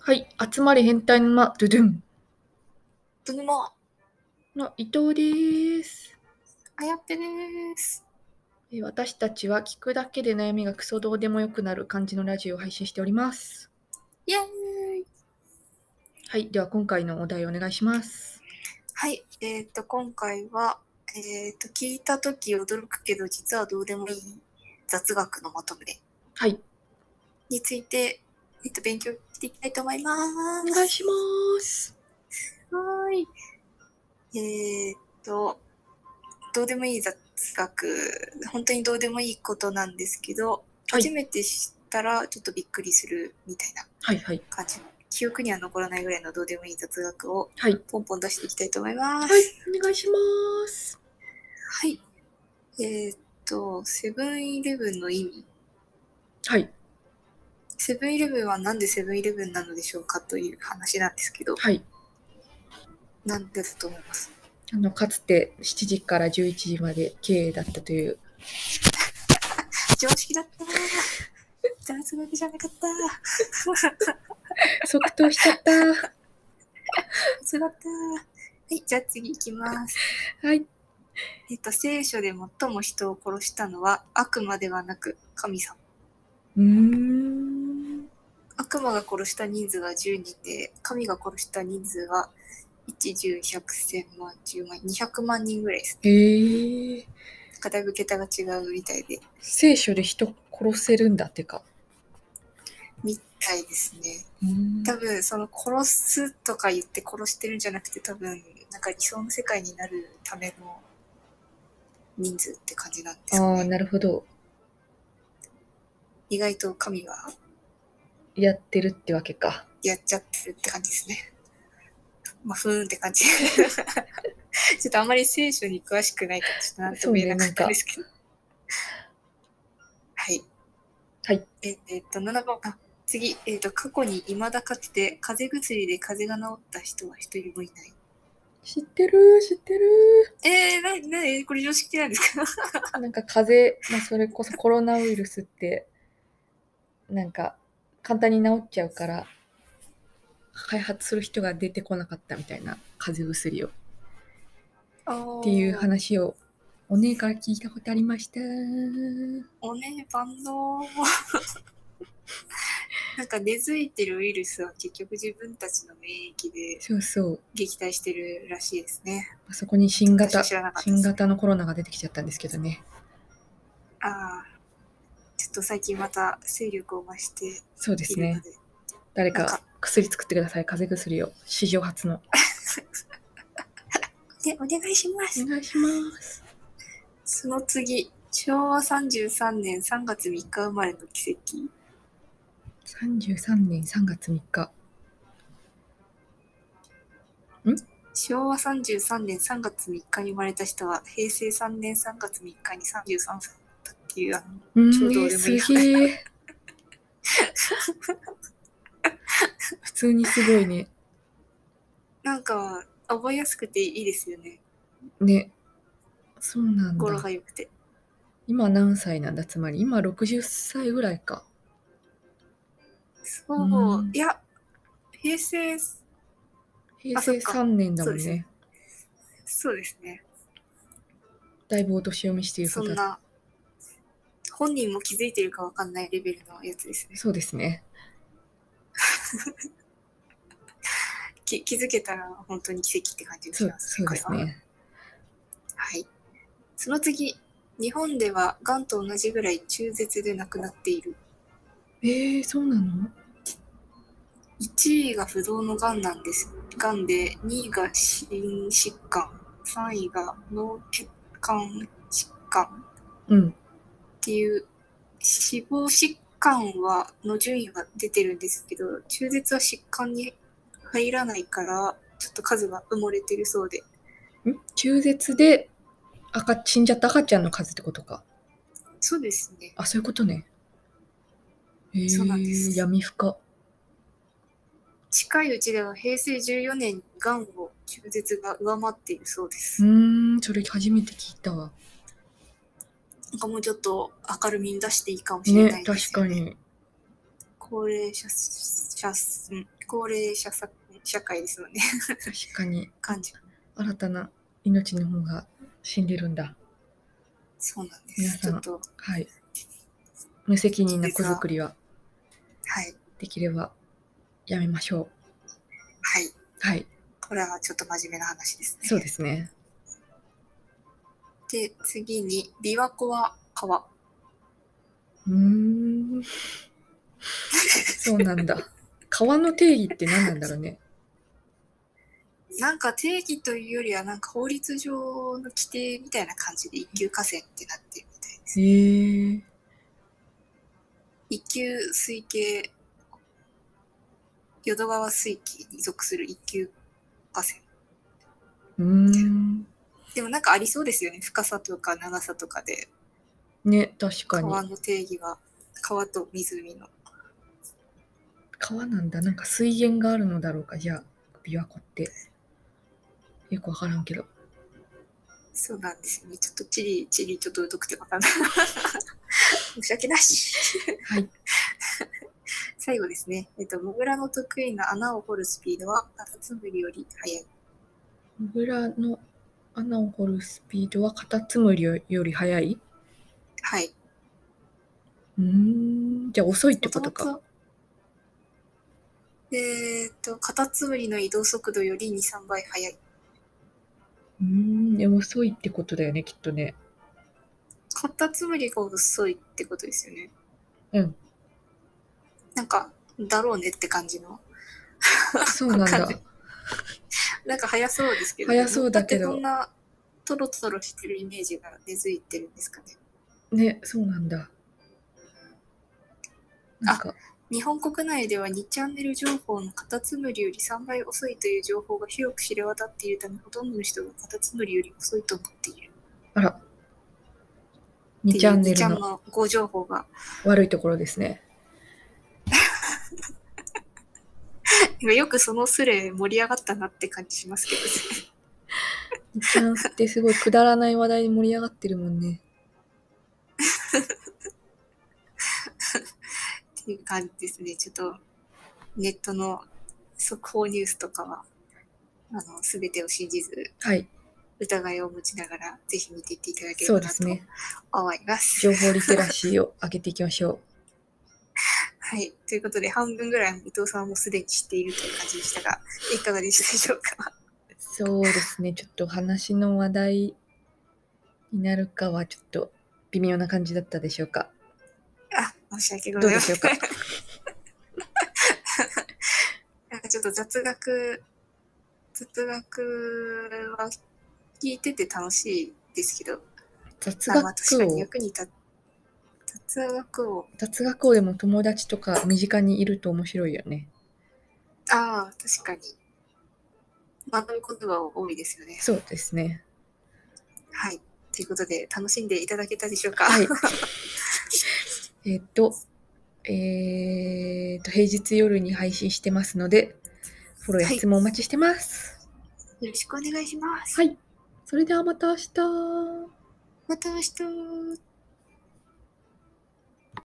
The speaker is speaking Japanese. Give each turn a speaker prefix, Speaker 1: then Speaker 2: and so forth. Speaker 1: はい、集まれ変態沼ドゥドゥン
Speaker 2: とにも、
Speaker 1: の伊藤です。
Speaker 2: あやっぺです。
Speaker 1: えー私たちは聞くだけで悩みがクソどうでもよくなる感じのラジオを配信しております。
Speaker 2: イエーイ
Speaker 1: はい、では今回のお題お願いします。
Speaker 2: はい、えっ、と、今回は、えっ、と、聞いたとき驚くけど、実はどうでもいい雑学のまとめ
Speaker 1: はい、
Speaker 2: について、えっ、と、勉強していきたいと思いま
Speaker 1: お願い
Speaker 2: す。
Speaker 1: します。
Speaker 2: はーい。えっ、と、どうでもいい雑学、本当にどうでもいいことなんですけど、
Speaker 1: はい
Speaker 2: 初めて知ったらちょっとびっくりするみたいな
Speaker 1: はい、はい、
Speaker 2: 感じの、記憶には残らないぐらいのどうでもいい雑学を
Speaker 1: はい、
Speaker 2: ポンポン出していきたいと思います。
Speaker 1: はい、お願いします。
Speaker 2: はい。えーっと、セブンイレブンの意味。
Speaker 1: はい、
Speaker 2: セブンイレブンはなんでセブンイレブンなのでしょうかという話なんですけど、
Speaker 1: はい、
Speaker 2: なんでだと思います。
Speaker 1: あのかつて7時から11時まで経営だったという。
Speaker 2: 常識だったー。雑学 じゃなかったー。
Speaker 1: 即答しちゃった。
Speaker 2: 雑学だったー。はい、じゃあ次行きます。
Speaker 1: はい、
Speaker 2: えーっと、聖書で最も人を殺したのは悪魔ではなく神様。
Speaker 1: うーん。
Speaker 2: 悪魔が殺した人数は10人で、神が殺した人数は1、10、100、1000万、10万、200万人ぐらいです。
Speaker 1: えー、
Speaker 2: だいぶ桁が違うみたいで、
Speaker 1: 聖書で人殺せるんだってか。
Speaker 2: みたいですね。
Speaker 1: うーん
Speaker 2: 多分、その殺すとか言って殺してるんじゃなくて、多分、なんか理想の世界になるための人数って感じなんです
Speaker 1: あ
Speaker 2: か
Speaker 1: あ、
Speaker 2: ね。
Speaker 1: なるほど。
Speaker 2: 意外と神は
Speaker 1: やってるってわけか。
Speaker 2: やっちゃってるって感じですね。まあ、ふーんって 感じ。ちょっとあんまり聖書に詳しくないから、ちょっとなんとも言えなかったんですけど。はい。
Speaker 1: はい。
Speaker 2: えーえーっと、7番、あ、次、えーっと、過去に未だかつて、風邪薬で風邪が治った人は一人もいない。
Speaker 1: 知ってる、知ってる。
Speaker 2: えー、な、な、えーこれ常識な んですか
Speaker 1: なんか風邪、まあ、それこそコロナウイルスって、なんか簡単に治っちゃうから、開発する人が出てこなかったみたいな、風邪薬を。っ
Speaker 2: って
Speaker 1: いう。話を、お姉から聞いたことありました。う
Speaker 2: おね、バンド。 なんか根付いてるウイルスは結局自分たちの免疫で
Speaker 1: そうそう。
Speaker 2: 撃退してるらしいですね。
Speaker 1: あそこに新型、
Speaker 2: 私知らなかったで
Speaker 1: 新
Speaker 2: す
Speaker 1: 型のコロナが出てきちゃったんですけどね。
Speaker 2: ああ、ちょっと最近また勢力を増している
Speaker 1: そうです
Speaker 2: の
Speaker 1: ね。
Speaker 2: で、
Speaker 1: 誰
Speaker 2: なん
Speaker 1: か
Speaker 2: か
Speaker 1: 薬作ってください。風邪薬を。史上初の。
Speaker 2: でお願いします
Speaker 1: お。願いします。
Speaker 2: その次、昭和33年3月3日生まれの奇跡。
Speaker 1: 33年3月3日。
Speaker 2: 昭和33年3月3日に生まれた人は、平成3年3月3日に33歳だったっていう、あの
Speaker 1: う
Speaker 2: ちょうど
Speaker 1: ーん、
Speaker 2: 俺も今
Speaker 1: すげえ。 普通にすごいね。
Speaker 2: なんか、覚えやすくていいですよね。
Speaker 1: ね。そうなん
Speaker 2: 語呂
Speaker 1: だ
Speaker 2: が。良くて。
Speaker 1: 今何歳なんだつまり今60歳ぐらいか。
Speaker 2: そう、
Speaker 1: うん
Speaker 2: いや、平成、
Speaker 1: 平
Speaker 2: あそ
Speaker 1: 成
Speaker 2: っか
Speaker 1: 3年だもん
Speaker 2: そうで
Speaker 1: ね。
Speaker 2: そうですね。
Speaker 1: だいぶお年を見している
Speaker 2: そ
Speaker 1: こ
Speaker 2: ん
Speaker 1: とだ。
Speaker 2: な、本人も気づいてるかわかんないレベルのやつですね。
Speaker 1: そうですね。
Speaker 2: き気づけたら本当に奇跡って感じが
Speaker 1: そ
Speaker 2: し
Speaker 1: う
Speaker 2: ます
Speaker 1: そうです
Speaker 2: これは
Speaker 1: ね。
Speaker 2: はい。その次、日本ではがんと同じぐらい中絶で亡くなっている。
Speaker 1: えー、そうなの
Speaker 2: 1位が不動のがんなんです。がんで、2位が心疾患、3位が脳血管疾患
Speaker 1: うん。
Speaker 2: っていう死亡疾患はの順位は出てるんですけど、中絶は疾患に入らないから、ちょっと数が埋もれてるそうで。
Speaker 1: ん中絶で赤死んじゃった赤ちゃんの数ってことか。
Speaker 2: そうですね。
Speaker 1: あ、そういうことね。えー、
Speaker 2: そうなんです
Speaker 1: 闇深。
Speaker 2: 近いうちでは平成14年にがんを中絶が上回っているそうで
Speaker 1: う
Speaker 2: す。
Speaker 1: ーん、それ初めて聞いたわ。
Speaker 2: なんかもうちょっと明るみに出していいかもしれな
Speaker 1: ね
Speaker 2: い、です
Speaker 1: 確
Speaker 2: よ
Speaker 1: かに。
Speaker 2: 高齢者施者数、うん高齢者さ社会ですよね、
Speaker 1: 確かに
Speaker 2: 感じ。
Speaker 1: 新たな命の方が死んでるんだ
Speaker 2: そうなんで
Speaker 1: 皆
Speaker 2: す。
Speaker 1: さ
Speaker 2: ち
Speaker 1: ん
Speaker 2: ょっと、
Speaker 1: はい無責任な子作りは
Speaker 2: はい、
Speaker 1: できればやめましょう
Speaker 2: はい。
Speaker 1: はい
Speaker 2: これはちょっと真面目な話ですね。
Speaker 1: そうですね
Speaker 2: で、次に、琵琶湖は川。
Speaker 1: うーんそうなんだ川の定義って何なんだろうね
Speaker 2: なんか定義というよりは、なんか法律上の規定みたいな感じで一級河川ってなってるみたいです。
Speaker 1: へえ
Speaker 2: 一級水系、淀川水系に属する一級河川。
Speaker 1: うーん
Speaker 2: でもなんかありそうですよね。深さとか長さとかで、
Speaker 1: ね確かに
Speaker 2: 川の定義は、川と湖の。
Speaker 1: 川なんだなんか水源があるのだろうかじゃあ琵琶湖ってよくわからんけど
Speaker 2: そうなんですよね。ちょっと地理、地理ちょっと疎くてわか んない。申し訳なし。
Speaker 1: はい
Speaker 2: 最後ですね。えっと、モグラの得意な穴を掘るスピードは、カタツムリより速い。
Speaker 1: モグラの穴を掘るスピードはカタツムリより速い
Speaker 2: はい。
Speaker 1: うーんじゃあ遅いってこと
Speaker 2: も
Speaker 1: か
Speaker 2: もと。えっと、カタツムリの移動速度より2、3倍速い。
Speaker 1: うーんでも遅いってことだよねきっとね
Speaker 2: カタツムリが遅いってことですよね。
Speaker 1: うん。
Speaker 2: なんか、だろうねって感じの。
Speaker 1: そうなん
Speaker 2: わ
Speaker 1: だ
Speaker 2: かんないなんか速そうですけど、
Speaker 1: 速そうだけど
Speaker 2: ってこんなトロトロしてるイメージが根付いてるんですかね。
Speaker 1: ねそうなんだなんか
Speaker 2: 日本国内では2チャンネル情報のカタツムリより3倍遅いという情報が広く知れ渡っているためほとんどの人がカタツムリより遅いと思っている
Speaker 1: あら
Speaker 2: って
Speaker 1: 2
Speaker 2: いう
Speaker 1: チャンネ
Speaker 2: 2ちゃ
Speaker 1: ル
Speaker 2: ん
Speaker 1: の
Speaker 2: の誤情報が
Speaker 1: 悪いところですね
Speaker 2: 今よくそのスレ盛り上がったなって感じしますけどね
Speaker 1: 2チャンってすごいくだらない話題で盛り上がってるもんね
Speaker 2: っていう感じですねちょっとネットの速報ニュースとかはあの全てを信じず
Speaker 1: はい
Speaker 2: 疑いを持ちながらぜひ見ていっていただけれ
Speaker 1: そ
Speaker 2: ば
Speaker 1: う
Speaker 2: な
Speaker 1: で
Speaker 2: と
Speaker 1: すね
Speaker 2: 思います
Speaker 1: 情報リテラシーを上げていきましょう
Speaker 2: はい。ということで、半分ぐらい伊藤さんはもうすでに知っているという感じでしたが、いかがでしたでしょうか。
Speaker 1: そうですね、ちょっと話の話題になるかはちょっと微妙な感じだったでしょうか。
Speaker 2: あ、申し訳ございません。
Speaker 1: どうでし
Speaker 2: なんかちょっと雑学、雑学は聞いてて楽しいですけど、
Speaker 1: 雑
Speaker 2: あまあ確か
Speaker 1: 学
Speaker 2: に
Speaker 1: を、
Speaker 2: 役に立雑学を、
Speaker 1: 雑学をでも友達とか身近にいると面白いよね。
Speaker 2: ああ、確かに。学ぶ言葉多いですよね。
Speaker 1: そうですね。
Speaker 2: はい。ということで、楽しんでいただけたでしょうか。
Speaker 1: はい。えっと、えーっと、平日夜に配信してますので、フォローや質問お待ちしてます。
Speaker 2: よろしくお願いします。
Speaker 1: はい。それではまた明日。
Speaker 2: また明日。